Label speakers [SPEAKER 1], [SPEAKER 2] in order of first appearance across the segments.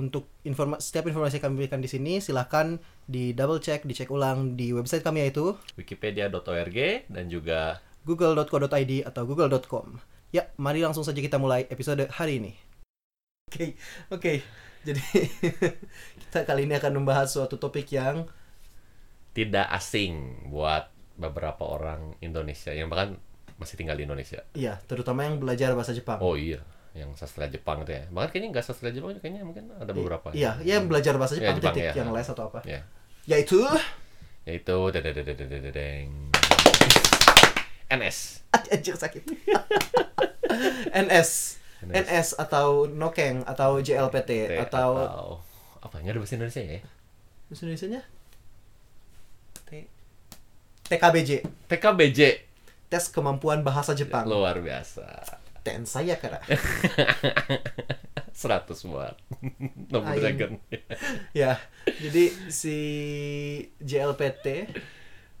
[SPEAKER 1] untuk informa setiap informasi yang kami berikan di sini silahkan di double check, dicek ulang di website kami yaitu
[SPEAKER 2] Wikipedia.org dan juga
[SPEAKER 1] google.co.id atau google.com. Ya, mari langsung saja kita mulai episode hari ini. Oke, oke. Jadi kita kali ini akan membahas suatu topik yang
[SPEAKER 2] tidak asing buat beberapa orang Indonesia yang bahkan masih tinggal di Indonesia.
[SPEAKER 1] ya, terutama yang belajar bahasa Jepang.
[SPEAKER 2] Oh iya, yang sastra Jepang itu ya. Bahkan kayaknya nggak sastra Jepang, kayaknya mungkin ada beberapa.
[SPEAKER 1] Iya, ya yang belajar bahasa
[SPEAKER 2] Ya,
[SPEAKER 1] Jepang,
[SPEAKER 2] Jepang,
[SPEAKER 1] titik
[SPEAKER 2] ya.
[SPEAKER 1] yang les atau apa.
[SPEAKER 2] Ya.
[SPEAKER 1] Yaitu
[SPEAKER 2] Yaitu dadadadadadadeng. NS.
[SPEAKER 1] Ah, anjir sakit. NS.
[SPEAKER 2] NS.
[SPEAKER 1] NS atau Nokeng atau JLPT
[SPEAKER 2] T-
[SPEAKER 1] Eh, atau
[SPEAKER 2] apa? Nggak ada bahasa Indonesia ya?
[SPEAKER 1] bahasa Indonesianya? T- TKBJ,
[SPEAKER 2] TKBJ
[SPEAKER 1] tes kemampuan bahasa Jepang.
[SPEAKER 2] luar biasa.
[SPEAKER 1] Ten saya kira.
[SPEAKER 2] 100 buat nomor
[SPEAKER 1] Aing.
[SPEAKER 2] dragon.
[SPEAKER 1] ya jadi si JLPT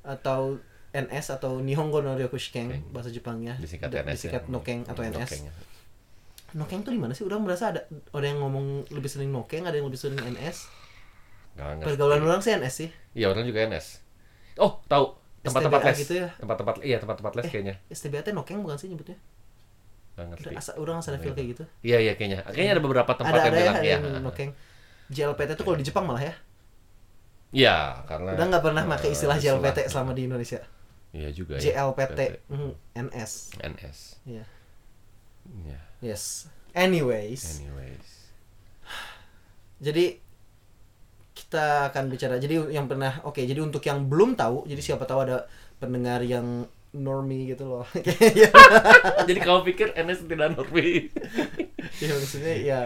[SPEAKER 1] atau NS atau Nihongo no Ryokushiken bahasa Jepangnya
[SPEAKER 2] Disingkat
[SPEAKER 1] Da-
[SPEAKER 2] NS.
[SPEAKER 1] disingkat
[SPEAKER 2] ya.
[SPEAKER 1] Nokeng atau NS
[SPEAKER 2] Nokeng.
[SPEAKER 1] Nokeng tuh di mana sih orang merasa ada ada yang ngomong lebih sering Nokeng ada yang lebih sering NS
[SPEAKER 2] Nggak ngerti.
[SPEAKER 1] pergaulan orang sih NS sih
[SPEAKER 2] Iya, orang juga NS. Oh, tahu. Tempat-tempat
[SPEAKER 1] STBA
[SPEAKER 2] les.
[SPEAKER 1] gitu ya? Eh,
[SPEAKER 2] Tempat-tempat iya, tempat-tempat les kayaknya.
[SPEAKER 1] STBAT Nokeng bukan sih nyebutnya
[SPEAKER 2] Nggak ngerti.
[SPEAKER 1] Ada- asa, orang asal feel kayak gitu
[SPEAKER 2] Iya, iya kayaknya. Kayaknya ada beberapa tempat
[SPEAKER 1] ada ada
[SPEAKER 2] yang
[SPEAKER 1] ya
[SPEAKER 2] bilang
[SPEAKER 1] ada
[SPEAKER 2] ya.
[SPEAKER 1] yang Nokeng JLPT tuh kalau di Jepang malah ya
[SPEAKER 2] Iya, karena
[SPEAKER 1] udah nggak pernah pakai
[SPEAKER 2] eh,
[SPEAKER 1] istilah JLPT
[SPEAKER 2] istilah-
[SPEAKER 1] selama di Indonesia
[SPEAKER 2] Iya juga ya.
[SPEAKER 1] JLPT Mhm, NS
[SPEAKER 2] NS.
[SPEAKER 1] ya
[SPEAKER 2] Iya.
[SPEAKER 1] yes anyways
[SPEAKER 2] Anyways.
[SPEAKER 1] Jadi kita akan bicara. Jadi yang pernah oke, jadi untuk yang belum tahu, jadi siapa tahu ada pendengar yang normie gitu loh. ya,
[SPEAKER 2] Jadi kamu pikir NS tidak normal?
[SPEAKER 1] ya maksudnya ya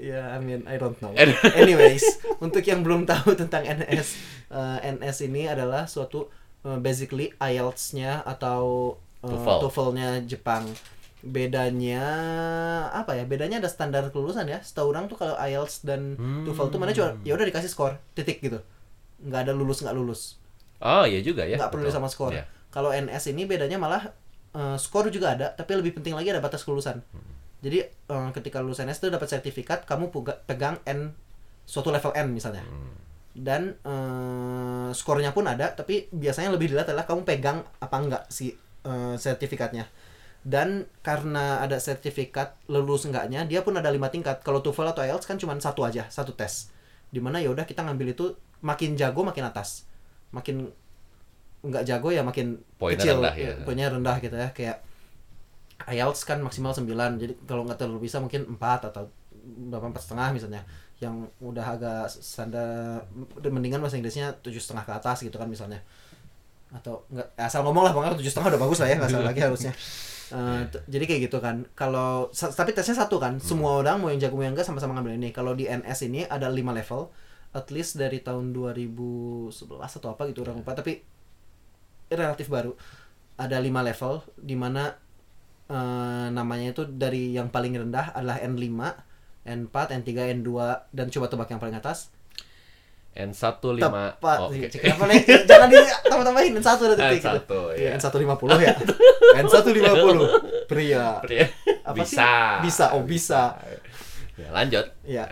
[SPEAKER 1] ya I mean I don't know.
[SPEAKER 2] Aduh.
[SPEAKER 1] Anyways, untuk yang belum tahu tentang NS, eh, NS ini adalah suatu eh, basically IELTS-nya atau eh,
[SPEAKER 2] TOEFL.
[SPEAKER 1] TOEFL-nya Jepang. Bedanya apa ya? Bedanya ada standar kelulusan ya. Setahu orang tuh kalau IELTS dan TOEFL tuh mana cuma ya udah dikasih skor titik gitu. Nggak ada lulus nggak lulus.
[SPEAKER 2] Oh, iya juga ya.
[SPEAKER 1] nggak perlu
[SPEAKER 2] betul.
[SPEAKER 1] sama skor.
[SPEAKER 2] Iya.
[SPEAKER 1] Kalau NS ini bedanya malah eh, skor juga ada, tapi lebih penting lagi ada batas kelulusan.
[SPEAKER 2] Hmm.
[SPEAKER 1] Jadi eh, ketika lulus NS itu dapat sertifikat, kamu puga- pegang N suatu level N misalnya.
[SPEAKER 2] Hmm.
[SPEAKER 1] Dan eh, skornya pun ada, tapi biasanya lebih dilihat adalah kamu pegang apa enggak si eh, sertifikatnya. Dan karena ada sertifikat lulus enggaknya, dia pun ada lima tingkat. Kalau TOEFL atau IELTS kan cuma satu aja, satu tes. Dimana ya udah kita ngambil itu makin jago makin atas, makin nggak jago ya makin
[SPEAKER 2] Poinnya
[SPEAKER 1] kecil
[SPEAKER 2] rendah ya.
[SPEAKER 1] poinnya rendah gitu ya kayak IELTS kan maksimal 9 jadi kalau nggak terlalu bisa mungkin 4 atau berapa empat setengah misalnya yang udah agak standar mendingan bahasa Inggrisnya tujuh setengah ke atas gitu kan misalnya atau nggak asal ngomong lah pokoknya tujuh setengah udah bagus lah ya nggak salah lagi harusnya Eh,
[SPEAKER 2] Iya.
[SPEAKER 1] t- jadi kayak gitu kan kalau sa- tapi tesnya satu kan
[SPEAKER 2] Hmm.
[SPEAKER 1] semua orang mau yang jago mau yang enggak sama-sama ngambil ini kalau di NS ini ada 5 level at least dari tahun 2011 atau apa gitu
[SPEAKER 2] Iya.
[SPEAKER 1] orang lupa tapi relatif baru ada lima level di mana eh, namanya itu dari yang paling rendah adalah N5 N4 N3 N2 dan coba tebak yang paling atas
[SPEAKER 2] N15
[SPEAKER 1] tepat
[SPEAKER 2] oh, oke.
[SPEAKER 1] Cek apa nih? jangan di tambah-tambahin N1 udah detik
[SPEAKER 2] N1,
[SPEAKER 1] gitu.
[SPEAKER 2] iya.
[SPEAKER 1] Iya, N150 ya N150 pria
[SPEAKER 2] Pria.
[SPEAKER 1] Apa sih?
[SPEAKER 2] ya. bisa.
[SPEAKER 1] Bisa, oh, bisa.
[SPEAKER 2] Ya, lanjut.
[SPEAKER 1] Iya.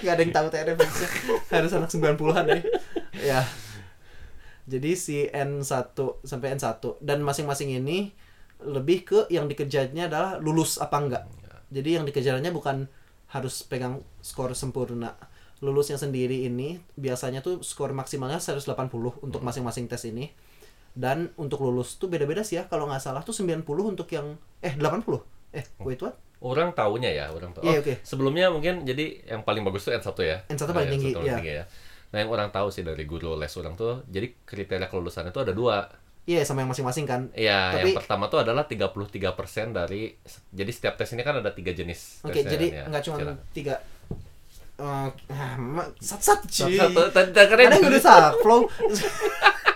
[SPEAKER 1] Gak ada yang tahu TNF bisa. Harus anak 90-an deh. Ya. Jadi si N1 sampai N1 dan masing-masing ini lebih ke yang dikejarnya adalah lulus apa enggak. Jadi yang dikejarannya bukan harus pegang skor sempurna. Lulusnya sendiri ini biasanya tuh skor maksimalnya 180 untuk masing-masing tes ini. Dan untuk lulus tuh beda-beda sih ya. Kalau nggak salah tuh 90 untuk yang eh 80. Eh, wait what?
[SPEAKER 2] Orang taunya ya, orang tahu.
[SPEAKER 1] Iya,
[SPEAKER 2] Oh,
[SPEAKER 1] oke.
[SPEAKER 2] Sebelumnya mungkin jadi yang paling bagus tuh N1 ya.
[SPEAKER 1] N1 paling
[SPEAKER 2] Nah,
[SPEAKER 1] tinggi,
[SPEAKER 2] paling
[SPEAKER 1] iya.
[SPEAKER 2] ya. Nah, yang orang tahu sih dari guru les orang tuh, jadi kriteria kelulusan itu ada dua.
[SPEAKER 1] Iya, sama yang masing-masing kan. Tapi-
[SPEAKER 2] Iya, yang pertama tuh adalah 33% dari jadi setiap tes ini kan ada tiga jenis
[SPEAKER 1] Oke,
[SPEAKER 2] tesnya
[SPEAKER 1] jadi
[SPEAKER 2] kan ya.
[SPEAKER 1] nggak cuma
[SPEAKER 2] Silakan.
[SPEAKER 1] tiga eh, ah, ma- sat-sat cuy.
[SPEAKER 2] Satu- tadi tadi-
[SPEAKER 1] Ada yang udah saklong.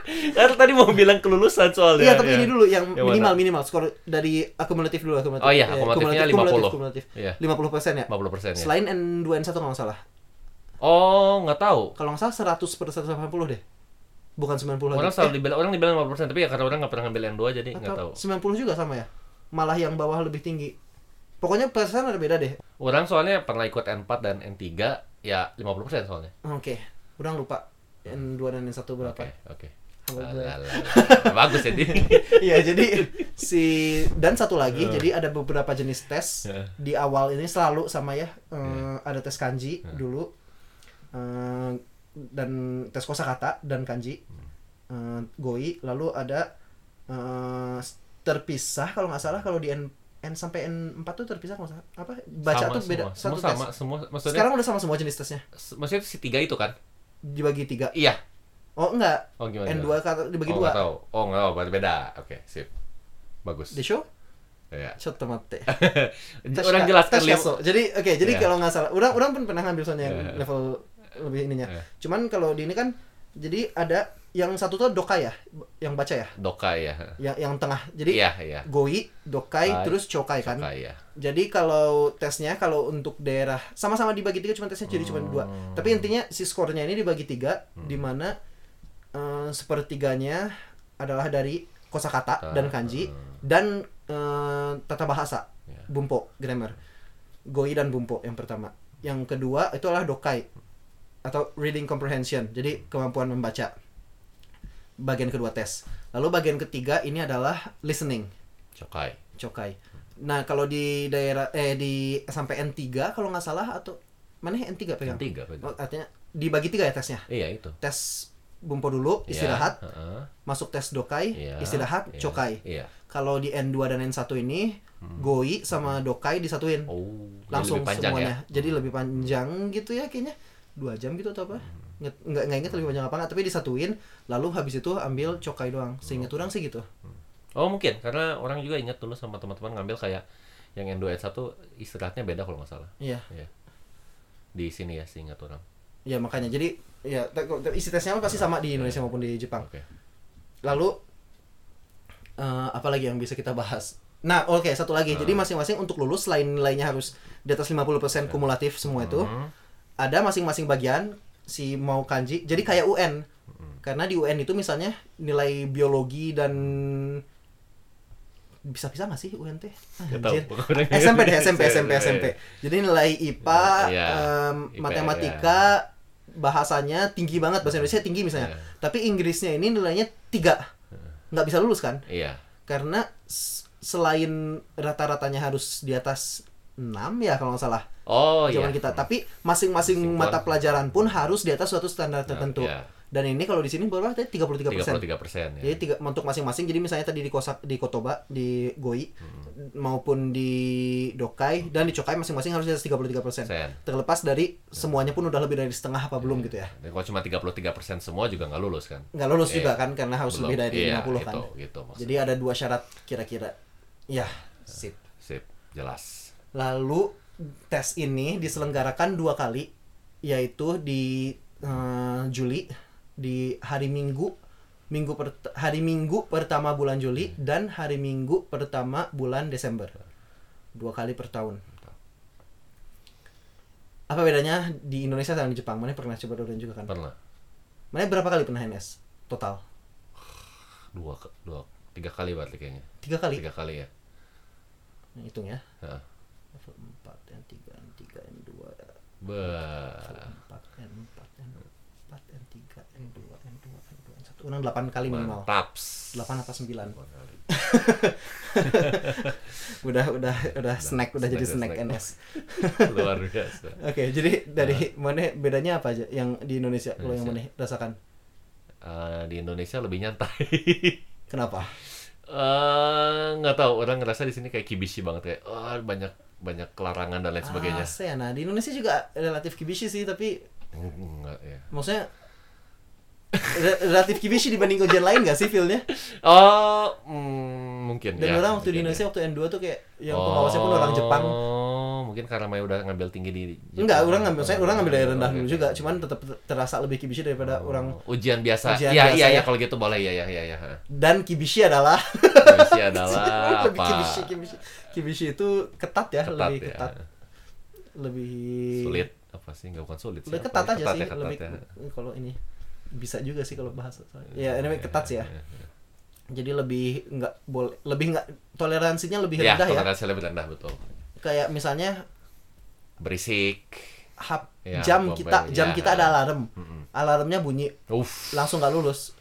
[SPEAKER 2] Kan tadi mau bilang kelulusan soalnya.
[SPEAKER 1] Iya, tapi ini dulu yang
[SPEAKER 2] Yang mana?
[SPEAKER 1] minimal minimal skor dari akumulatif dulu akumulatif.
[SPEAKER 2] Ya, Oh iya,
[SPEAKER 1] Eh,
[SPEAKER 2] akumulatifnya
[SPEAKER 1] kumulatif,
[SPEAKER 2] 50.
[SPEAKER 1] Kumulatif,
[SPEAKER 2] Iya.
[SPEAKER 1] 50% ya.
[SPEAKER 2] 50 persen ya.
[SPEAKER 1] Selain N2 N1 kalau nggak salah.
[SPEAKER 2] Oh, nggak tahu.
[SPEAKER 1] Kalau nggak salah 100 per 180 deh. Bukan 90 lagi.
[SPEAKER 2] Orang
[SPEAKER 1] Eh,
[SPEAKER 2] selalu dibilang orang dibilang 50 persen, tapi ya karena orang nggak pernah ngambil yang dua jadi nggak tahu.
[SPEAKER 1] atau 90 juga sama ya. Malah yang bawah lebih tinggi. Pokoknya persen ada beda deh.
[SPEAKER 2] Orang soalnya pernah ikut N4 dan N3 ya 50 persen soalnya.
[SPEAKER 1] Oke, udah lupa N2 dan N1 berapa.
[SPEAKER 2] Oke, oke.
[SPEAKER 1] Hamba gue.
[SPEAKER 2] Alah, alah. Bagus ya, jadi.
[SPEAKER 1] Iya jadi si dan satu lagi jadi ada beberapa jenis tes
[SPEAKER 2] Heeh.
[SPEAKER 1] di awal ini selalu sama ya eh,
[SPEAKER 2] Iya.
[SPEAKER 1] ada tes kanji dulu eh, dan tes kosakata dan kanji
[SPEAKER 2] Hmm.
[SPEAKER 1] eh, goi lalu ada eh, terpisah kalau nggak salah kalau di N N sampai N 4 tuh terpisah kalau nggak salah apa baca
[SPEAKER 2] Sama
[SPEAKER 1] tuh beda
[SPEAKER 2] semua. Semua
[SPEAKER 1] satu
[SPEAKER 2] sama,
[SPEAKER 1] tes
[SPEAKER 2] semua maksudnya
[SPEAKER 1] sekarang udah sama semua jenis tesnya
[SPEAKER 2] se- maksudnya si tiga itu kan?
[SPEAKER 1] dibagi tiga
[SPEAKER 2] Iya.
[SPEAKER 1] oh enggak
[SPEAKER 2] Oh gimana?
[SPEAKER 1] N 2
[SPEAKER 2] gimana?
[SPEAKER 1] dibagi
[SPEAKER 2] oh,
[SPEAKER 1] dua
[SPEAKER 2] nggak tahu. Oh, nggak tahu, berarti beda. Oke, sip. Bagus.
[SPEAKER 1] de show
[SPEAKER 2] Ya.
[SPEAKER 1] chotomate Tes
[SPEAKER 2] orang
[SPEAKER 1] ka-
[SPEAKER 2] jelaskan
[SPEAKER 1] tes
[SPEAKER 2] lim-
[SPEAKER 1] kaso. Jadi oke, jadi
[SPEAKER 2] Iya.
[SPEAKER 1] kalau nggak salah, orang orang pun pernah ngambil soalnya yang
[SPEAKER 2] Iya.
[SPEAKER 1] level lebih ininya.
[SPEAKER 2] Iya.
[SPEAKER 1] Cuman kalau di ini kan jadi ada yang satu tuh dokai ya, yang baca ya,
[SPEAKER 2] doka ya.
[SPEAKER 1] yang yang tengah. Jadi
[SPEAKER 2] Iya, iya.
[SPEAKER 1] goi, dokai,
[SPEAKER 2] Dokai,
[SPEAKER 1] terus cokai kan.
[SPEAKER 2] Doka ya.
[SPEAKER 1] Jadi kalau tesnya kalau untuk daerah sama-sama dibagi tiga, cuma tesnya jadi cuma dua. Tapi intinya si skornya ini dibagi tiga, di mana eh, sepertiganya adalah dari kosakata dan kanji dan eh, tata bahasa,
[SPEAKER 2] Ya.
[SPEAKER 1] bumpo, grammar, goi dan bumpo yang pertama. Yang kedua itu adalah dokai atau reading comprehension, jadi kemampuan membaca. Bagian kedua tes. Lalu bagian ketiga ini adalah listening
[SPEAKER 2] Cokai.
[SPEAKER 1] cokai. Nah, kalau di daerah eh di sampai N3 kalau nggak salah atau mana ya, N3 pegang?
[SPEAKER 2] N3 pegang.
[SPEAKER 1] Oh, artinya dibagi tiga ya tesnya.
[SPEAKER 2] Iya, itu.
[SPEAKER 1] Tes bumpo dulu,
[SPEAKER 2] Iya,
[SPEAKER 1] istirahat,
[SPEAKER 2] heeh,
[SPEAKER 1] masuk tes dokai,
[SPEAKER 2] iya,
[SPEAKER 1] istirahat,
[SPEAKER 2] iya,
[SPEAKER 1] cokai.
[SPEAKER 2] Iya.
[SPEAKER 1] Kalau di N2 dan N1 ini goi sama dokai disatuin.
[SPEAKER 2] Hmm. Oh, jadi
[SPEAKER 1] langsung
[SPEAKER 2] lebih panjang ya? Hmm.
[SPEAKER 1] semuanya. Jadi lebih panjang gitu ya kayaknya. Dua jam gitu atau apa?
[SPEAKER 2] Hmm.
[SPEAKER 1] Nggak, nggak, nggak inget lebih panjang apa nggak, tapi disatuin. Lalu habis itu ambil cokai doang. Seingat orang sih gitu.
[SPEAKER 2] Oh mungkin karena orang juga ingat dulu sama teman-teman ngambil kayak yang N2 N1 istirahatnya beda kalau nggak salah.
[SPEAKER 1] Iya.
[SPEAKER 2] Iya. Di sini ya seingat orang.
[SPEAKER 1] Ya makanya jadi ya te- te- isi tesnya pasti sama di Indonesia maupun di Jepang.
[SPEAKER 2] Oke.
[SPEAKER 1] Lalu eh apa lagi yang bisa kita bahas? Nah, oke, satu lagi. Jadi masing-masing untuk lulus selain nilainya harus di atas 50% kumulatif semua itu,
[SPEAKER 2] Hmm.
[SPEAKER 1] ada masing-masing bagian si mau kanji. Jadi kayak UN. Karena di UN itu misalnya nilai biologi dan bisa-bisa nggak sih UN teh?
[SPEAKER 2] Nggak
[SPEAKER 1] Ah,
[SPEAKER 2] tahu,
[SPEAKER 1] Anjir. Eh,
[SPEAKER 2] pokoknya nggak
[SPEAKER 1] SMP deh,
[SPEAKER 2] ngerti.
[SPEAKER 1] SMP, SMP, SMP. Jadi nilai IPA,
[SPEAKER 2] Iya,
[SPEAKER 1] em,
[SPEAKER 2] IPA,
[SPEAKER 1] matematika, bahasanya tinggi banget bahasa Indonesia tinggi misalnya.
[SPEAKER 2] Iya.
[SPEAKER 1] Tapi Inggrisnya ini nilainya tiga, nggak bisa lulus kan?
[SPEAKER 2] Iya.
[SPEAKER 1] Karena s- selain rata-ratanya harus di atas 6 ya kalau nggak salah
[SPEAKER 2] Oh iya.
[SPEAKER 1] zaman kita. Tapi masing-masing
[SPEAKER 2] Masing
[SPEAKER 1] mata
[SPEAKER 2] pun.
[SPEAKER 1] pelajaran pun harus di atas suatu standar tertentu.
[SPEAKER 2] iya.
[SPEAKER 1] Dan ini kalau di sini berapa tadi 33%.
[SPEAKER 2] 33 persen. Ya.
[SPEAKER 1] Jadi tiga untuk masing-masing. Jadi misalnya tadi di Kosak, di Kotoba, di Goi
[SPEAKER 2] Hmm.
[SPEAKER 1] maupun di Dokai dan di Cokai masing-masing harus di atas 33%.
[SPEAKER 2] Persen. Hmm.
[SPEAKER 1] Terlepas dari semuanya pun udah lebih dari setengah apa belum gitu ya.
[SPEAKER 2] Dan kalau cuma 33 persen semua juga nggak lulus kan?
[SPEAKER 1] Nggak lulus
[SPEAKER 2] Iya.
[SPEAKER 1] juga kan karena harus
[SPEAKER 2] Belum.
[SPEAKER 1] lebih dari
[SPEAKER 2] Iya,
[SPEAKER 1] 50 kan.
[SPEAKER 2] gitu, Gitu maksud.
[SPEAKER 1] Jadi ada dua syarat kira-kira.
[SPEAKER 2] Nah.
[SPEAKER 1] Ya, sip.
[SPEAKER 2] Sip, jelas.
[SPEAKER 1] Lalu tes ini diselenggarakan dua kali, yaitu di eh, Juli di hari Minggu, Minggu pert- hari Minggu pertama bulan Juli dan hari Minggu pertama bulan Desember. Dua kali per tahun. Apa bedanya di Indonesia sama di Jepang? Mana pernah coba dua juga kan?
[SPEAKER 2] Pernah
[SPEAKER 1] Mana berapa kali pernah NS total?
[SPEAKER 2] dua ke- dua tiga kali berarti kayaknya.
[SPEAKER 1] Tiga kali.
[SPEAKER 2] Tiga kali ya.
[SPEAKER 1] Hitung ya.
[SPEAKER 2] Heeh.
[SPEAKER 1] Empat, yang tiga, yang tiga, yang dua, ya.
[SPEAKER 2] Bah.
[SPEAKER 1] empat n empat n empat n tiga n dua n dua n dua n satu Unang delapan kali minimal
[SPEAKER 2] Taps.
[SPEAKER 1] delapan apa sembilan
[SPEAKER 2] Delapan kali.
[SPEAKER 1] udah udah udah snack udah jadi
[SPEAKER 2] Snack,
[SPEAKER 1] snack
[SPEAKER 2] snack.
[SPEAKER 1] ns
[SPEAKER 2] Luar biasa.
[SPEAKER 1] oke jadi dari mana bedanya apa aja yang di Nah. Indonesia kalau yang mana rasakan
[SPEAKER 2] Eh, di Indonesia lebih nyantai.
[SPEAKER 1] kenapa
[SPEAKER 2] Eh, nggak tahu orang ngerasa di sini kayak kibishi banget ya. Ah, banyak banyak larangan dan lain sebagainya.
[SPEAKER 1] ah, saya nah di Indonesia juga relatif kibishi sih tapi
[SPEAKER 2] Enggak ya.
[SPEAKER 1] maksudnya re- relatif kibishi dibanding ujian lain gak sih feelnya
[SPEAKER 2] Oh, mm, mungkin
[SPEAKER 1] dan
[SPEAKER 2] ya.
[SPEAKER 1] orang waktu di
[SPEAKER 2] mungkin
[SPEAKER 1] Indonesia
[SPEAKER 2] ya.
[SPEAKER 1] Oh. waktu N2 tuh kayak yang pengawasnya pun orang Jepang
[SPEAKER 2] Oh, mungkin karena Maya udah ngambil tinggi di
[SPEAKER 1] Enggak,
[SPEAKER 2] Jepang. Oh,
[SPEAKER 1] orang ngambil saya orang ngambil dari rendah
[SPEAKER 2] Oke,
[SPEAKER 1] dulu
[SPEAKER 2] oke.
[SPEAKER 1] juga, cuman tetap terasa lebih kibishi daripada
[SPEAKER 2] Oh,
[SPEAKER 1] orang
[SPEAKER 2] ujian biasa.
[SPEAKER 1] Ujian
[SPEAKER 2] Iya
[SPEAKER 1] biasa
[SPEAKER 2] iya iya
[SPEAKER 1] ya.
[SPEAKER 2] kalau gitu boleh ya ya ya ya.
[SPEAKER 1] dan kibishi adalah
[SPEAKER 2] Kibishi adalah
[SPEAKER 1] lebih
[SPEAKER 2] apa?
[SPEAKER 1] kibishi, kibishi. Kibishi itu ketat ya,
[SPEAKER 2] Ketat
[SPEAKER 1] lebih
[SPEAKER 2] ya.
[SPEAKER 1] ketat. Lebih
[SPEAKER 2] Sulit apa sih? Enggak bukan sulit sih.
[SPEAKER 1] Lebih
[SPEAKER 2] apa
[SPEAKER 1] ketat
[SPEAKER 2] ya?
[SPEAKER 1] aja sih,
[SPEAKER 2] ya, ketat
[SPEAKER 1] lebih
[SPEAKER 2] ya. Iya,
[SPEAKER 1] kalau ini bisa juga sih kalau bahasa. Ya, anyway ketat sih ya. Jadi lebih nggak boleh lebih nggak toleransinya lebih
[SPEAKER 2] Ya,
[SPEAKER 1] rendah ya.
[SPEAKER 2] toleransi lebih rendah betul.
[SPEAKER 1] Kayak misalnya
[SPEAKER 2] Berisik.
[SPEAKER 1] hap,
[SPEAKER 2] Ya,
[SPEAKER 1] jam
[SPEAKER 2] bomben,
[SPEAKER 1] kita jam
[SPEAKER 2] ya.
[SPEAKER 1] kita ada alarm.
[SPEAKER 2] Mm-mm.
[SPEAKER 1] Alarmnya bunyi
[SPEAKER 2] Uff.
[SPEAKER 1] langsung nggak lulus.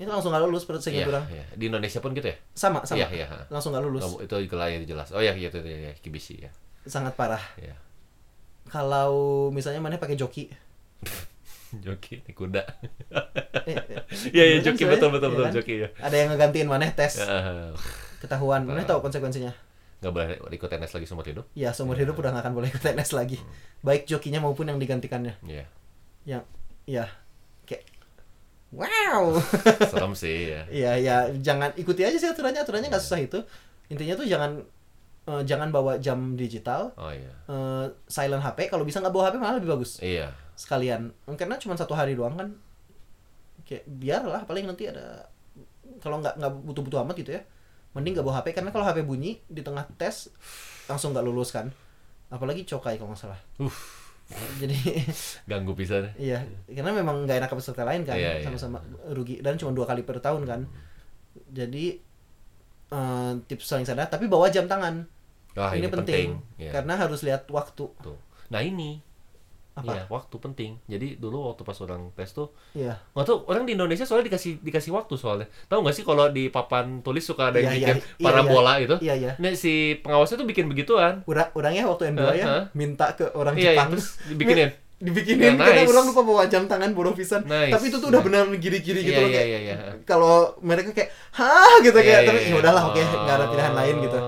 [SPEAKER 1] Itu langsung nggak lulus perut saya
[SPEAKER 2] Iya,
[SPEAKER 1] bilang.
[SPEAKER 2] iya. Di Indonesia pun gitu ya?
[SPEAKER 1] Sama gitu sama.
[SPEAKER 2] Iya, iya. ha.
[SPEAKER 1] Langsung nggak lulus.
[SPEAKER 2] Oh, itu gelar itu jelas. Oh ya, iya, itu, itu, ya, kibishi ya.
[SPEAKER 1] Sangat parah.
[SPEAKER 2] Iya.
[SPEAKER 1] Kalau misalnya mana pakai joki.
[SPEAKER 2] Joki, ini kuda.
[SPEAKER 1] Eh, eh,
[SPEAKER 2] Iya, iya,
[SPEAKER 1] bener kan
[SPEAKER 2] joki
[SPEAKER 1] sebenarnya?
[SPEAKER 2] betul betul
[SPEAKER 1] Iya
[SPEAKER 2] betul
[SPEAKER 1] kan?
[SPEAKER 2] joki ya.
[SPEAKER 1] Ada yang ngegantiin maneh tes
[SPEAKER 2] Ya,
[SPEAKER 1] ketahuan. Maneh
[SPEAKER 2] Iya.
[SPEAKER 1] tahu konsekuensinya.
[SPEAKER 2] Nggak boleh ikut tenis lagi seumur hidup.
[SPEAKER 1] Ya, seumur hidup udah nggak akan boleh ikut TNS lagi.
[SPEAKER 2] Hmm.
[SPEAKER 1] Baik jokinya maupun yang digantikannya.
[SPEAKER 2] Iya.
[SPEAKER 1] Yang ya kayak wow.
[SPEAKER 2] Serem sih ya.
[SPEAKER 1] Iya, ya jangan ikuti aja sih aturannya. Aturannya nggak susah itu. Intinya tuh jangan eh, jangan bawa jam digital,
[SPEAKER 2] Oh iya.
[SPEAKER 1] eh, silent HP. Kalau bisa nggak bawa HP malah lebih bagus.
[SPEAKER 2] Iya.
[SPEAKER 1] sekalian karena cuma satu hari doang kan kayak biarlah paling nanti ada kalau nggak nggak butuh-butuh amat gitu ya mending nggak bawa HP karena kalau HP bunyi di tengah tes langsung nggak lulus kan apalagi cokai kalau nggak salah jadi
[SPEAKER 2] Ganggu pisan.
[SPEAKER 1] iya karena memang nggak enak ke peserta lain kan
[SPEAKER 2] Iya, iya.
[SPEAKER 1] sama-sama rugi dan cuma dua kali per tahun kan jadi eh, tips paling sadar tapi bawa jam tangan
[SPEAKER 2] Wah, Ah, ini, penting. Iya.
[SPEAKER 1] karena harus lihat waktu
[SPEAKER 2] Tuh. Nah, ini
[SPEAKER 1] Apa?
[SPEAKER 2] Iya, waktu penting. Jadi dulu waktu pas orang tes tuh,
[SPEAKER 1] iya
[SPEAKER 2] nggak tahu orang di Indonesia soalnya dikasih dikasih waktu soalnya. Tahu nggak sih kalau di papan tulis suka ada
[SPEAKER 1] Iya,
[SPEAKER 2] yang bikin
[SPEAKER 1] iya, iya,
[SPEAKER 2] parabola gitu.
[SPEAKER 1] iya iya
[SPEAKER 2] Nah, si pengawasnya tuh bikin begituan.
[SPEAKER 1] Orang orangnya waktu N2 ya
[SPEAKER 2] Heeh.
[SPEAKER 1] minta ke orang
[SPEAKER 2] Iya, iya,
[SPEAKER 1] Jepang
[SPEAKER 2] terus dibikinin.
[SPEAKER 1] dibikinin
[SPEAKER 2] Ya,
[SPEAKER 1] karena
[SPEAKER 2] nice.
[SPEAKER 1] orang lupa bawa jam tangan bodoh pisan.
[SPEAKER 2] Nice. Nah.
[SPEAKER 1] Tapi itu tuh udah benar giri-giri gitu
[SPEAKER 2] Iya,
[SPEAKER 1] loh
[SPEAKER 2] iya,
[SPEAKER 1] kayak.
[SPEAKER 2] iya, iya.
[SPEAKER 1] Kalau mereka kayak hah gitu
[SPEAKER 2] Iya,
[SPEAKER 1] kayak
[SPEAKER 2] iya,
[SPEAKER 1] tapi
[SPEAKER 2] iya.
[SPEAKER 1] ya udahlah oke nggak ada pilihan
[SPEAKER 2] Oh.
[SPEAKER 1] lain gitu.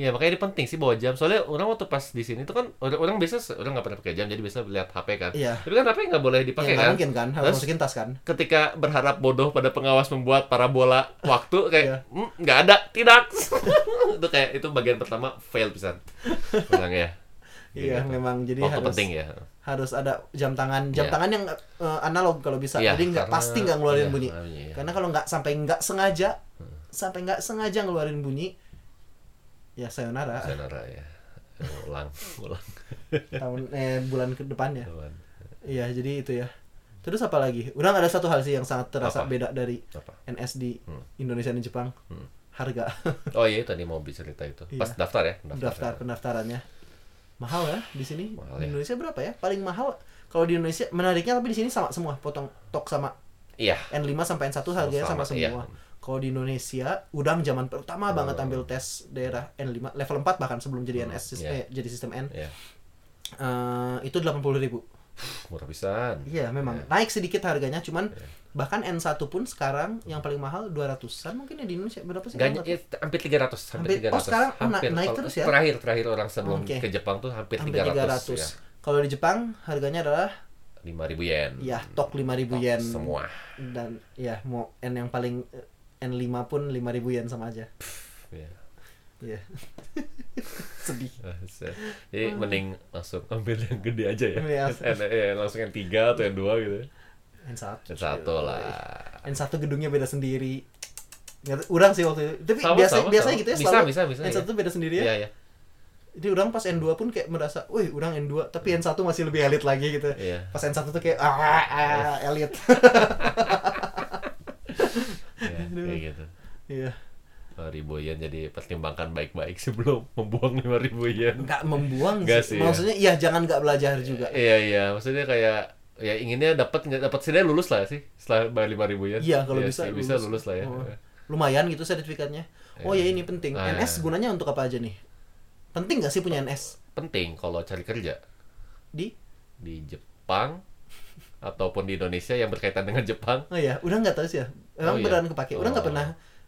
[SPEAKER 2] Iya, makanya ini penting sih bawa jam. Soalnya orang waktu pas di sini tuh kan orang, orang biasa orang nggak pernah pakai jam, jadi biasa lihat HP kan.
[SPEAKER 1] Iya.
[SPEAKER 2] Tapi kan HP nggak boleh
[SPEAKER 1] Pakai ya,
[SPEAKER 2] dipakai
[SPEAKER 1] nggak
[SPEAKER 2] kan.
[SPEAKER 1] mungkin kan harus
[SPEAKER 2] Terus?
[SPEAKER 1] masukin tas kan.
[SPEAKER 2] Ketika berharap bodoh pada pengawas membuat parabola waktu kayak
[SPEAKER 1] Iya.
[SPEAKER 2] "Hmm, nggak ada, tidak. itu kayak itu bagian pertama fail pisan. Orang ya.
[SPEAKER 1] Iya,
[SPEAKER 2] Gitu.
[SPEAKER 1] memang jadi
[SPEAKER 2] Waktu
[SPEAKER 1] harus
[SPEAKER 2] penting ya.
[SPEAKER 1] harus ada jam tangan, jam
[SPEAKER 2] Iya.
[SPEAKER 1] tangan yang eh, analog kalau bisa.
[SPEAKER 2] Iya,
[SPEAKER 1] jadi nggak
[SPEAKER 2] karena-
[SPEAKER 1] pasti nggak ngeluarin
[SPEAKER 2] iya,
[SPEAKER 1] bunyi.
[SPEAKER 2] iya. Hmm.
[SPEAKER 1] Karena kalau nggak sampai nggak sengaja sampai nggak sengaja ngeluarin bunyi ya sayonara
[SPEAKER 2] Sayonara
[SPEAKER 1] Iya.
[SPEAKER 2] ya. Ulang, ulang.
[SPEAKER 1] tahun eh bulan ke depannya.
[SPEAKER 2] Tuan.
[SPEAKER 1] Iya, jadi itu ya. Terus apa lagi? Udah ada satu hal sih yang sangat terasa
[SPEAKER 2] Apa?
[SPEAKER 1] beda dari
[SPEAKER 2] Apa?
[SPEAKER 1] NS di
[SPEAKER 2] Hmm.
[SPEAKER 1] Indonesia dan Jepang.
[SPEAKER 2] Hmm.
[SPEAKER 1] Harga
[SPEAKER 2] Oh iya tadi mau cerita itu.
[SPEAKER 1] Iya.
[SPEAKER 2] Pas daftar ya,
[SPEAKER 1] daftar pendaftarannya. Mahal ya di sini.
[SPEAKER 2] Mahal
[SPEAKER 1] di
[SPEAKER 2] ya.
[SPEAKER 1] Indonesia berapa ya? Paling mahal kalau di Indonesia menariknya tapi di sini sama semua, potong tok sama
[SPEAKER 2] Iya.
[SPEAKER 1] N5 sampai N1 harganya sama,
[SPEAKER 2] Sama, iya.
[SPEAKER 1] semua. Kalau di Indonesia, udang zaman pertama banget ambil tes daerah N5 level 4 bahkan sebelum jadi
[SPEAKER 2] Hmm,
[SPEAKER 1] NS sis-
[SPEAKER 2] iya.
[SPEAKER 1] eh, jadi sistem N.
[SPEAKER 2] Iya.
[SPEAKER 1] Eh, itu 80.000.
[SPEAKER 2] Murah pisan.
[SPEAKER 1] Iya, memang naik sedikit harganya cuman
[SPEAKER 2] Iya.
[SPEAKER 1] bahkan N1 pun sekarang yang paling mahal 200-an mungkin ya di Indonesia berapa sih?
[SPEAKER 2] Gak,
[SPEAKER 1] Kalau nggak
[SPEAKER 2] eh, hampir 300, hampir,
[SPEAKER 1] Hampir-
[SPEAKER 2] 300.
[SPEAKER 1] oh, sekarang na- naik
[SPEAKER 2] kalau-
[SPEAKER 1] terus ya?
[SPEAKER 2] Terakhir terakhir orang sebelum
[SPEAKER 1] Oke.
[SPEAKER 2] ke Jepang tuh hampir,
[SPEAKER 1] tahu. hampir
[SPEAKER 2] 300,
[SPEAKER 1] 300.
[SPEAKER 2] iya.
[SPEAKER 1] Kalau di Jepang harganya adalah
[SPEAKER 2] Ya, 5000 yen.
[SPEAKER 1] ya tok 5000
[SPEAKER 2] Tok
[SPEAKER 1] yen
[SPEAKER 2] Semua.
[SPEAKER 1] dan ya mau N yang paling eh, N5 pun 5000 yen sama aja.
[SPEAKER 2] Ya.
[SPEAKER 1] Iya. Sedih.
[SPEAKER 2] Jadi mending langsung ambil yang gede aja ya.
[SPEAKER 1] Hmm. Iya.
[SPEAKER 2] Eh, eh, langsung yang 3 atau yang 2 gitu.
[SPEAKER 1] N1.
[SPEAKER 2] Yang satu lah.
[SPEAKER 1] N1 gedungnya beda sendiri. Nggak tahu, Urang sih waktu itu. Tapi
[SPEAKER 2] Sama,
[SPEAKER 1] biasanya,
[SPEAKER 2] sama,
[SPEAKER 1] biasanya
[SPEAKER 2] sama.
[SPEAKER 1] gitu ya
[SPEAKER 2] Bisa,
[SPEAKER 1] selalu.
[SPEAKER 2] bisa, bisa,
[SPEAKER 1] N1 beda sendiri ya.
[SPEAKER 2] Iya, iya.
[SPEAKER 1] Jadi orang pas N2 pun kayak merasa, wih orang N2, tapi N1 masih lebih elit lagi gitu.
[SPEAKER 2] Hmm. Iya.
[SPEAKER 1] Pas N1 tuh kayak, ah, ah, ah, elit.
[SPEAKER 2] Iya, Kayak gitu.
[SPEAKER 1] Iya.
[SPEAKER 2] 5000 yen jadi pertimbangkan baik-baik sebelum membuang 5000 yen.
[SPEAKER 1] Nggak membuang
[SPEAKER 2] Nggak
[SPEAKER 1] sih.
[SPEAKER 2] sih,
[SPEAKER 1] Maksudnya, iya jangan nggak belajar juga.
[SPEAKER 2] Iya iya, maksudnya kayak ya inginnya dapat nggak dapat sini lulus lah sih setelah bayar lima ribu ya.
[SPEAKER 1] Iya, kalau bisa
[SPEAKER 2] sih, bisa
[SPEAKER 1] lulus.
[SPEAKER 2] lulus lah ya.
[SPEAKER 1] Oh. Lumayan gitu sertifikatnya. Oh ya ini penting.
[SPEAKER 2] Ah,
[SPEAKER 1] NS
[SPEAKER 2] iya.
[SPEAKER 1] gunanya untuk apa aja nih? Penting nggak sih punya NS?
[SPEAKER 2] Penting kalau cari kerja
[SPEAKER 1] Di?
[SPEAKER 2] di Jepang ataupun di Indonesia yang berkaitan dengan Jepang.
[SPEAKER 1] Oh ya, udah nggak tahu sih ya. Emang
[SPEAKER 2] Oh, iya.
[SPEAKER 1] beneran kepake. Udah nggak
[SPEAKER 2] Oh.
[SPEAKER 1] pernah,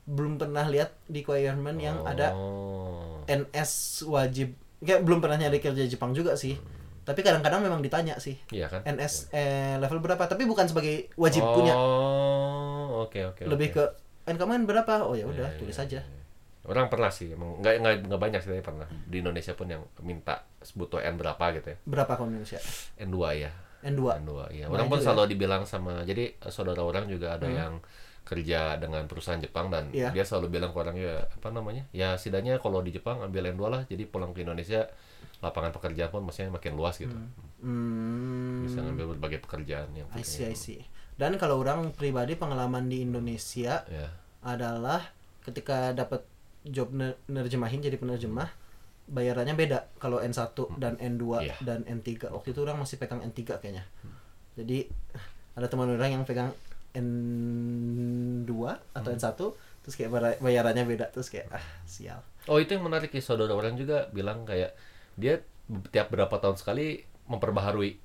[SPEAKER 1] belum pernah lihat requirement yang ada
[SPEAKER 2] Oh.
[SPEAKER 1] NS wajib. Kayak belum pernah nyari kerja Jepang juga sih.
[SPEAKER 2] Hmm.
[SPEAKER 1] Tapi kadang-kadang memang ditanya sih.
[SPEAKER 2] Iya kan?
[SPEAKER 1] NS eh, level berapa tapi bukan sebagai wajib
[SPEAKER 2] oh,
[SPEAKER 1] punya
[SPEAKER 2] Oh, oke oke.
[SPEAKER 1] lebih
[SPEAKER 2] oke.
[SPEAKER 1] ke "Eh, kamu N berapa oh ya
[SPEAKER 2] Iya,
[SPEAKER 1] udah
[SPEAKER 2] iya,
[SPEAKER 1] tulis
[SPEAKER 2] iya,
[SPEAKER 1] aja
[SPEAKER 2] iya. Orang pernah sih, emang nggak nggak nggak banyak sih tapi pernah di Indonesia pun yang minta butuh n berapa gitu ya,
[SPEAKER 1] Berapa kalau Indonesia?
[SPEAKER 2] n 2 ya.
[SPEAKER 1] N2.
[SPEAKER 2] N2 iya.
[SPEAKER 1] Banyak
[SPEAKER 2] Orang
[SPEAKER 1] juga.
[SPEAKER 2] pun
[SPEAKER 1] Hmm.
[SPEAKER 2] selalu dibilang sama jadi eh, saudara orang juga ada yang kerja dengan perusahaan Jepang dan
[SPEAKER 1] Iya.
[SPEAKER 2] dia selalu bilang ke orang ya apa namanya? Ya setidaknya kalau di Jepang ambil N2 lah jadi pulang ke Indonesia lapangan pekerjaan pun maksudnya makin luas gitu.
[SPEAKER 1] Hmm.
[SPEAKER 2] Bisa ngambil berbagai pekerjaan yang
[SPEAKER 1] I see, I see. Dan kalau orang pribadi pengalaman di Indonesia
[SPEAKER 2] Ya.
[SPEAKER 1] adalah ketika dapat job ner- nerjemahin jadi penerjemah bayarannya beda kalau N1 dan N2
[SPEAKER 2] Iya. Hmm.
[SPEAKER 1] dan N3. Waktu itu orang masih pegang N3 kayaknya. Jadi ada teman orang yang pegang N2 atau
[SPEAKER 2] Hmm.
[SPEAKER 1] N1 terus kayak bara- bayarannya beda terus kayak ah sial.
[SPEAKER 2] Oh itu yang menarik ya saudara orang juga bilang kayak dia tiap berapa tahun sekali memperbaharui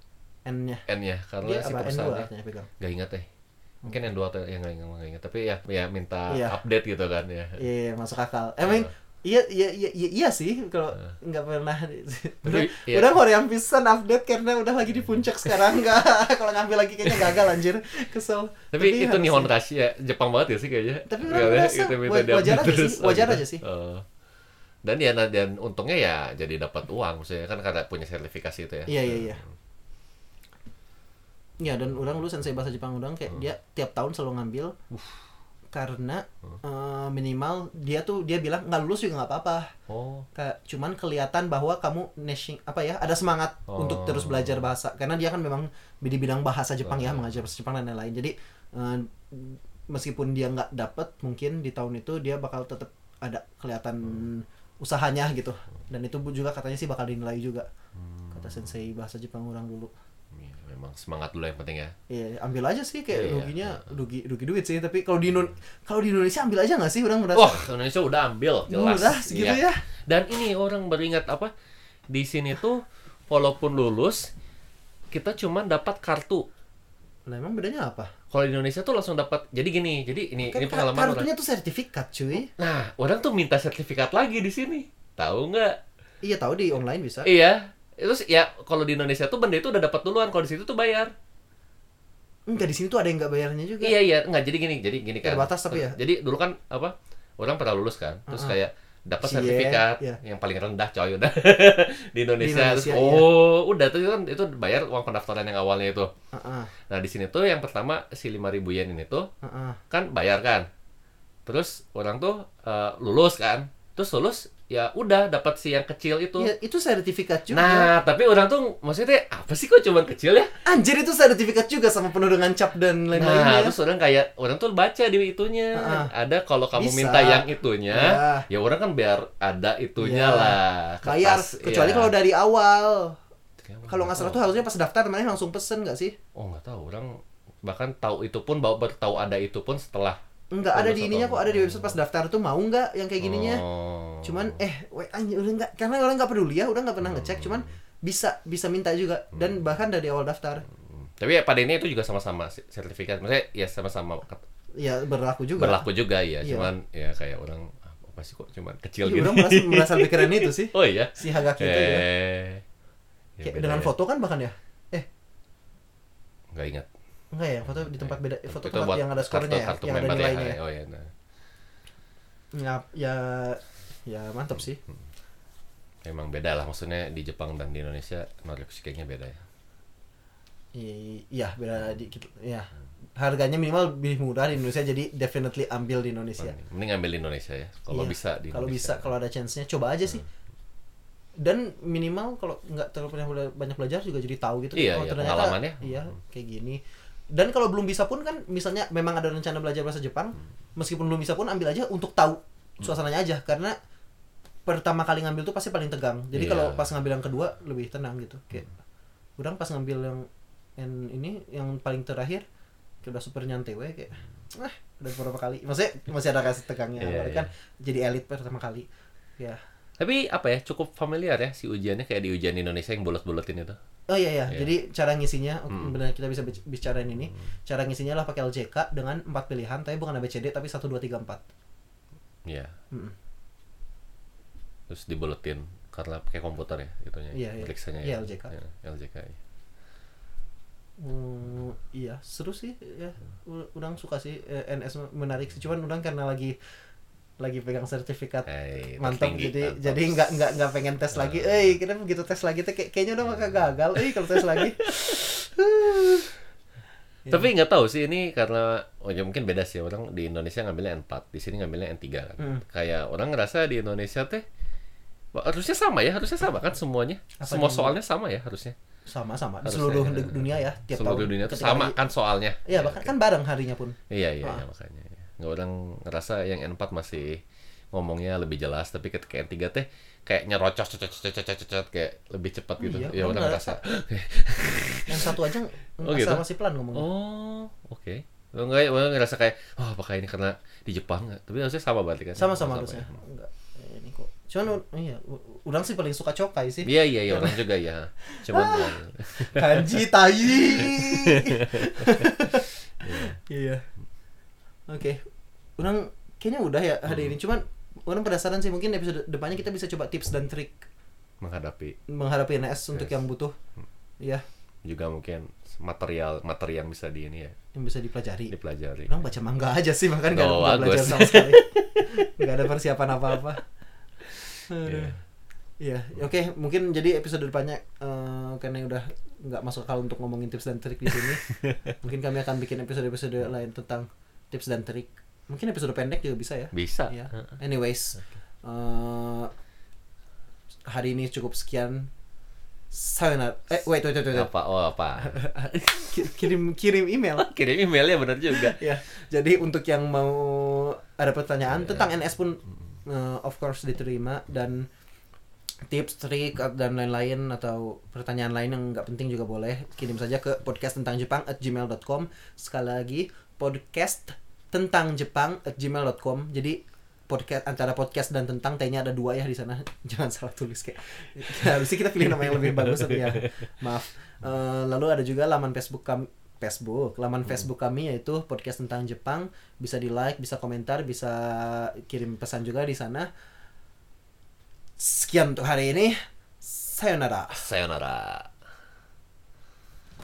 [SPEAKER 1] N-nya
[SPEAKER 2] N-nya karena
[SPEAKER 1] dia
[SPEAKER 2] si
[SPEAKER 1] apa N2
[SPEAKER 2] perusahaannya
[SPEAKER 1] katanya pegang.
[SPEAKER 2] nggak ingat deh mungkin N2 atau yang nggak ingat nggak ingat tapi ya ya minta
[SPEAKER 1] Iya.
[SPEAKER 2] update gitu kan ya
[SPEAKER 1] Iya, masuk akal. I mean, iya iya iya iya, iya sih kalau nggak pernah udah,
[SPEAKER 2] iya.
[SPEAKER 1] udah hoream pisan update karena udah lagi di puncak sekarang nggak kalau ngambil lagi kayaknya gagal anjir kesel
[SPEAKER 2] tapi, itu
[SPEAKER 1] harusnya-
[SPEAKER 2] Nihon Rush ya Jepang banget ya sih kayaknya
[SPEAKER 1] Tapi orang
[SPEAKER 2] Kayaknya
[SPEAKER 1] merasa wa-
[SPEAKER 2] minta
[SPEAKER 1] wajar aja
[SPEAKER 2] update
[SPEAKER 1] sih,
[SPEAKER 2] terus,
[SPEAKER 1] wajar
[SPEAKER 2] gitu.
[SPEAKER 1] aja sih.
[SPEAKER 2] Eh, dan ya nah, dan untungnya ya jadi dapat uang maksudnya kan karena punya sertifikasi itu ya
[SPEAKER 1] Iya, iya, iya. ya dan orang lu sensei bahasa Jepang orang
[SPEAKER 2] Hmm.
[SPEAKER 1] kayak dia tiap tahun selalu ngambil karena
[SPEAKER 2] Hmm.
[SPEAKER 1] eh, minimal dia tuh dia bilang nggak lulus juga nggak apa-apa
[SPEAKER 2] oh
[SPEAKER 1] Ka- cuman kelihatan bahwa kamu nashing apa ya ada semangat
[SPEAKER 2] Oh.
[SPEAKER 1] untuk terus belajar bahasa karena dia kan memang di bidang bahasa Jepang ya mengajar bahasa Jepang dan lain-lain jadi eh, meskipun dia nggak dapet mungkin di tahun itu dia bakal tetap ada kelihatan
[SPEAKER 2] Hmm.
[SPEAKER 1] usahanya gitu dan itu bu- juga katanya sih bakal dinilai juga
[SPEAKER 2] Hmm.
[SPEAKER 1] kata sensei bahasa Jepang orang dulu
[SPEAKER 2] Iya, memang semangat dulu yang penting ya
[SPEAKER 1] Iya, ambil aja sih
[SPEAKER 2] Iya,
[SPEAKER 1] kayak
[SPEAKER 2] iya.
[SPEAKER 1] ruginya rugi rugi duit sih tapi kalau di Indo- kalau di Indonesia ambil aja nggak sih orang merasa
[SPEAKER 2] Wah, Indonesia udah ambil, jelas.
[SPEAKER 1] Murah segitu
[SPEAKER 2] Iya.
[SPEAKER 1] ya.
[SPEAKER 2] Dan ini orang baru ingat apa? Di sini tuh walaupun lulus kita cuman dapat kartu.
[SPEAKER 1] nah emang bedanya apa
[SPEAKER 2] Kalau di Indonesia tuh langsung dapat. Jadi gini, jadi ini
[SPEAKER 1] kan
[SPEAKER 2] ini pengalaman
[SPEAKER 1] kar-
[SPEAKER 2] orang.
[SPEAKER 1] kartunya tuh sertifikat cuy
[SPEAKER 2] Nah, orang tuh minta sertifikat lagi di sini. Tahu nggak?
[SPEAKER 1] iya tahu di online bisa
[SPEAKER 2] Iya. Terus ya kalau di Indonesia tuh benda itu udah dapat duluan, kalau di situ tuh bayar.
[SPEAKER 1] Enggak di sini tuh ada yang nggak bayarnya juga.
[SPEAKER 2] Iya iya, nggak jadi gini, jadi gini kan.
[SPEAKER 1] Terbatas tapi ya.
[SPEAKER 2] Jadi dulu kan apa? Orang pernah lulus kan, terus
[SPEAKER 1] Uh-uh.
[SPEAKER 2] kayak dapat
[SPEAKER 1] Cie,
[SPEAKER 2] sertifikat
[SPEAKER 1] iya.
[SPEAKER 2] yang paling rendah coy udah di
[SPEAKER 1] Indonesia,
[SPEAKER 2] Indonesia, terus
[SPEAKER 1] iya.
[SPEAKER 2] oh udah tuh kan itu bayar uang pendaftaran yang awalnya itu.
[SPEAKER 1] Heeh,
[SPEAKER 2] Nah di sini tuh yang pertama si 5000 yen ini tuh
[SPEAKER 1] heeh.
[SPEAKER 2] kan bayar kan, terus orang tuh eh, lulus kan, terus lulus ya udah dapat si yang kecil itu.
[SPEAKER 1] Ya, itu sertifikat juga.
[SPEAKER 2] Nah, tapi orang tuh maksudnya apa sih kok cuman kecil ya?
[SPEAKER 1] Anjir itu sertifikat juga sama penuh dengan cap dan
[SPEAKER 2] Nah,
[SPEAKER 1] lain-lainnya. ya.
[SPEAKER 2] terus orang kayak orang tuh baca di itunya.
[SPEAKER 1] Heeh.
[SPEAKER 2] Ada kalau
[SPEAKER 1] Ah,
[SPEAKER 2] kamu
[SPEAKER 1] Bisa. Iya.
[SPEAKER 2] minta yang itunya, ya orang kan biar ada itunya
[SPEAKER 1] Ya.
[SPEAKER 2] lah.
[SPEAKER 1] bayar
[SPEAKER 2] kertas,
[SPEAKER 1] kecuali
[SPEAKER 2] ya.
[SPEAKER 1] kalau dari awal.
[SPEAKER 2] Kayaknya orang
[SPEAKER 1] Kalau nggak salah tuh harusnya pas daftar temannya langsung pesen nggak sih?
[SPEAKER 2] tahu. Oh, nggak tahu orang bahkan tahu itu pun baru baru tahu ada itu pun setelah
[SPEAKER 1] Enggak
[SPEAKER 2] Kalau
[SPEAKER 1] ada
[SPEAKER 2] nggak
[SPEAKER 1] di
[SPEAKER 2] salah
[SPEAKER 1] ininya
[SPEAKER 2] tahu.
[SPEAKER 1] kok ada di website pas daftar tuh mau nggak yang kayak gininya.
[SPEAKER 2] Oh.
[SPEAKER 1] Cuman eh we, anjir udah nggak karena orang nggak peduli ya udah nggak pernah
[SPEAKER 2] Hmm.
[SPEAKER 1] ngecek cuman bisa bisa minta juga dan bahkan dari awal daftar
[SPEAKER 2] tapi ya pada ini itu juga sama-sama se- sertifikat. Maksudnya ya sama-sama ket-
[SPEAKER 1] ya berlaku juga.
[SPEAKER 2] berlaku juga ya.
[SPEAKER 1] Iya.
[SPEAKER 2] Cuman ya kayak orang "Ah, apa sih kok cuman kecil
[SPEAKER 1] Iya,
[SPEAKER 2] gitu.
[SPEAKER 1] orang merasa, merasa lebih keren itu sih
[SPEAKER 2] oh iya.
[SPEAKER 1] si Hagaki itu ya.
[SPEAKER 2] eh. Ya,
[SPEAKER 1] Kayak
[SPEAKER 2] beda
[SPEAKER 1] dengan
[SPEAKER 2] ya.
[SPEAKER 1] foto kan bahkan ya? Eh,
[SPEAKER 2] Nggak ingat.
[SPEAKER 1] enggak ya, foto di tempat beda foto
[SPEAKER 2] Itu
[SPEAKER 1] tempat
[SPEAKER 2] Iya. buat
[SPEAKER 1] yang ada
[SPEAKER 2] kartu,
[SPEAKER 1] skornya ya,
[SPEAKER 2] kartu
[SPEAKER 1] yang ada
[SPEAKER 2] member
[SPEAKER 1] nilainya. Ya.
[SPEAKER 2] Oh iya. Nah.
[SPEAKER 1] ya ya ya mantap sih.
[SPEAKER 2] Hmm. Emang beda lah maksudnya di Jepang dan di Indonesia Noryokushikengnya beda ya.
[SPEAKER 1] I- Iya, beda dikit. Ya. Harganya minimal lebih murah di Indonesia jadi definitely ambil di Indonesia.
[SPEAKER 2] Mending ambil di Indonesia ya. Kalau
[SPEAKER 1] Iya.
[SPEAKER 2] bisa di
[SPEAKER 1] Kalau bisa
[SPEAKER 2] Indonesia.
[SPEAKER 1] kalau ada chance-nya coba aja sih. Dan minimal kalau nggak terlalu pernah bela- banyak belajar juga jadi tahu gitu. Oh,
[SPEAKER 2] Iya, iya, pengalamannya.
[SPEAKER 1] Iya, kayak gini. Dan kalau belum bisa pun kan misalnya memang ada rencana belajar bahasa Jepang,
[SPEAKER 2] Hmm.
[SPEAKER 1] meskipun belum bisa pun ambil aja untuk tahu suasananya aja karena pertama kali ngambil tuh pasti paling tegang. Jadi
[SPEAKER 2] Iya.
[SPEAKER 1] kalau pas ngambil yang kedua lebih tenang gitu. Kayak orang pas ngambil yang yang ini yang paling terakhir kayak udah super nyantai we kayak ah udah beberapa kali maksudnya masih ada kasih tegangnya
[SPEAKER 2] Iya,
[SPEAKER 1] Apalagi
[SPEAKER 2] iya.
[SPEAKER 1] kan jadi elit pertama kali ya
[SPEAKER 2] Tapi apa ya cukup familiar ya si ujiannya kayak di ujian Indonesia yang bolot-bolotin itu.
[SPEAKER 1] oh iya iya
[SPEAKER 2] Iya. Hmm.
[SPEAKER 1] jadi cara ngisinya oke,
[SPEAKER 2] Mm.
[SPEAKER 1] benar kita bisa bic- bicarain ini cara ngisinya lah pakai LJK dengan empat pilihan tapi bukan ABCD tapi satu dua tiga empat
[SPEAKER 2] Iya.
[SPEAKER 1] Mm-mm.
[SPEAKER 2] Terus dibolotin karena pakai komputer ya itunya.
[SPEAKER 1] Iya, iya.
[SPEAKER 2] Periksanya
[SPEAKER 1] Iya, LJK.
[SPEAKER 2] Iya, LJK. iya.
[SPEAKER 1] Hmm, iya seru sih ya U- orang suka sih eh, NS menarik sih cuman orang karena lagi lagi pegang sertifikat
[SPEAKER 2] Eh,
[SPEAKER 1] mantap jadi
[SPEAKER 2] tertinggi, mantap. Iya.
[SPEAKER 1] jadi nggak nggak nggak pengen tes lagi eh kita begitu tes lagi tuh kayak- kayaknya udah bakal gagal eh kalau tes lagi Iya.
[SPEAKER 2] Tapi nggak tahu sih ini karena oh ya mungkin beda sih orang di Indonesia ngambilnya N4, di sini ngambilnya N3 kan.
[SPEAKER 1] Hmm.
[SPEAKER 2] Kayak orang ngerasa di Indonesia teh wah, harusnya sama ya, harusnya sama kan semuanya.
[SPEAKER 1] Apa
[SPEAKER 2] Semua
[SPEAKER 1] yang-
[SPEAKER 2] soalnya sama ya harusnya.
[SPEAKER 1] sama sama di
[SPEAKER 2] Harusnya,
[SPEAKER 1] seluruh
[SPEAKER 2] ya.
[SPEAKER 1] du- dunia ya tiap
[SPEAKER 2] Seluruh
[SPEAKER 1] tahun
[SPEAKER 2] dunia tuh
[SPEAKER 1] Ketika
[SPEAKER 2] sama
[SPEAKER 1] lagi-
[SPEAKER 2] kan soalnya.
[SPEAKER 1] iya bahkan kan bareng harinya pun
[SPEAKER 2] Iya iya,
[SPEAKER 1] Ah.
[SPEAKER 2] iya, makanya. Nggak orang ngerasa yang N4 masih ngomongnya lebih jelas tapi ketika N3 teh kayak nyerocos cocot cocot cocot cocot kayak lebih cepat gitu.
[SPEAKER 1] Iya,
[SPEAKER 2] ya
[SPEAKER 1] orang
[SPEAKER 2] orang
[SPEAKER 1] ngerasa.
[SPEAKER 2] ngerasa.
[SPEAKER 1] yang satu aja
[SPEAKER 2] Oh,
[SPEAKER 1] ngerasa
[SPEAKER 2] gitu?
[SPEAKER 1] masih pelan ngomongnya
[SPEAKER 2] Oh, oke. Enggak ya, orang ngerasa kayak, oh apakah ini karena di Jepang nggak? Tapi harusnya sama berarti kan?
[SPEAKER 1] sama sama harusnya
[SPEAKER 2] ya.
[SPEAKER 1] enggak ini kok cuman u- iya u- udang sih paling suka cokai sih
[SPEAKER 2] Iya iya iya orang juga ya. Cuman ya,
[SPEAKER 1] kanji tai iya oke orang kayaknya udah ya
[SPEAKER 2] Hmm.
[SPEAKER 1] hari ini cuman orang penasaran sih mungkin episode depannya kita bisa coba tips dan trik
[SPEAKER 2] menghadapi
[SPEAKER 1] menghadapi NS untuk
[SPEAKER 2] Yes. Hmm.
[SPEAKER 1] yang butuh ya
[SPEAKER 2] juga mungkin material materi yang bisa di ini ya
[SPEAKER 1] yang bisa dipelajari
[SPEAKER 2] dipelajari.
[SPEAKER 1] Orang baca mangga aja sih, bahkan nggak ada
[SPEAKER 2] Oh,
[SPEAKER 1] nggak belajar
[SPEAKER 2] bagus.
[SPEAKER 1] sama sekali. Nggak ada persiapan apa-apa. Aduh.
[SPEAKER 2] Iya.
[SPEAKER 1] Iya, oke. Mungkin jadi episode depannya eh, karena udah nggak masuk akal untuk ngomongin tips dan trik di sini. mungkin kami akan bikin episode-episode lain tentang tips dan trik. Mungkin episode pendek juga bisa ya.
[SPEAKER 2] Bisa.
[SPEAKER 1] Iya.
[SPEAKER 2] Heeh.
[SPEAKER 1] Anyways, eh, hari ini cukup sekian. Sayonara. Eh, wait, wait, wait, wait.
[SPEAKER 2] Apa oh apa?
[SPEAKER 1] Ki- kirim kirim email.
[SPEAKER 2] Kirim emailnya bener juga.
[SPEAKER 1] ya jadi untuk yang mau ada pertanyaan tentang NS pun eh, of course diterima dan tips trik dan lain-lain atau pertanyaan lain yang nggak penting juga boleh kirim saja ke podcast tentang Jepang at gmail.com sekali lagi podcast tentang Jepang at gmail.com jadi podcast antara podcast dan tentang T-nya ada dua ya di sana jangan salah tulis kayak harusnya kita pilih nama yang lebih bagus tapi ya maaf Eh, lalu ada juga laman Facebook kami Facebook laman Facebook kami yaitu podcast tentang Jepang bisa di like bisa komentar bisa kirim pesan juga di sana sekian untuk hari ini sayonara
[SPEAKER 2] Sayonara.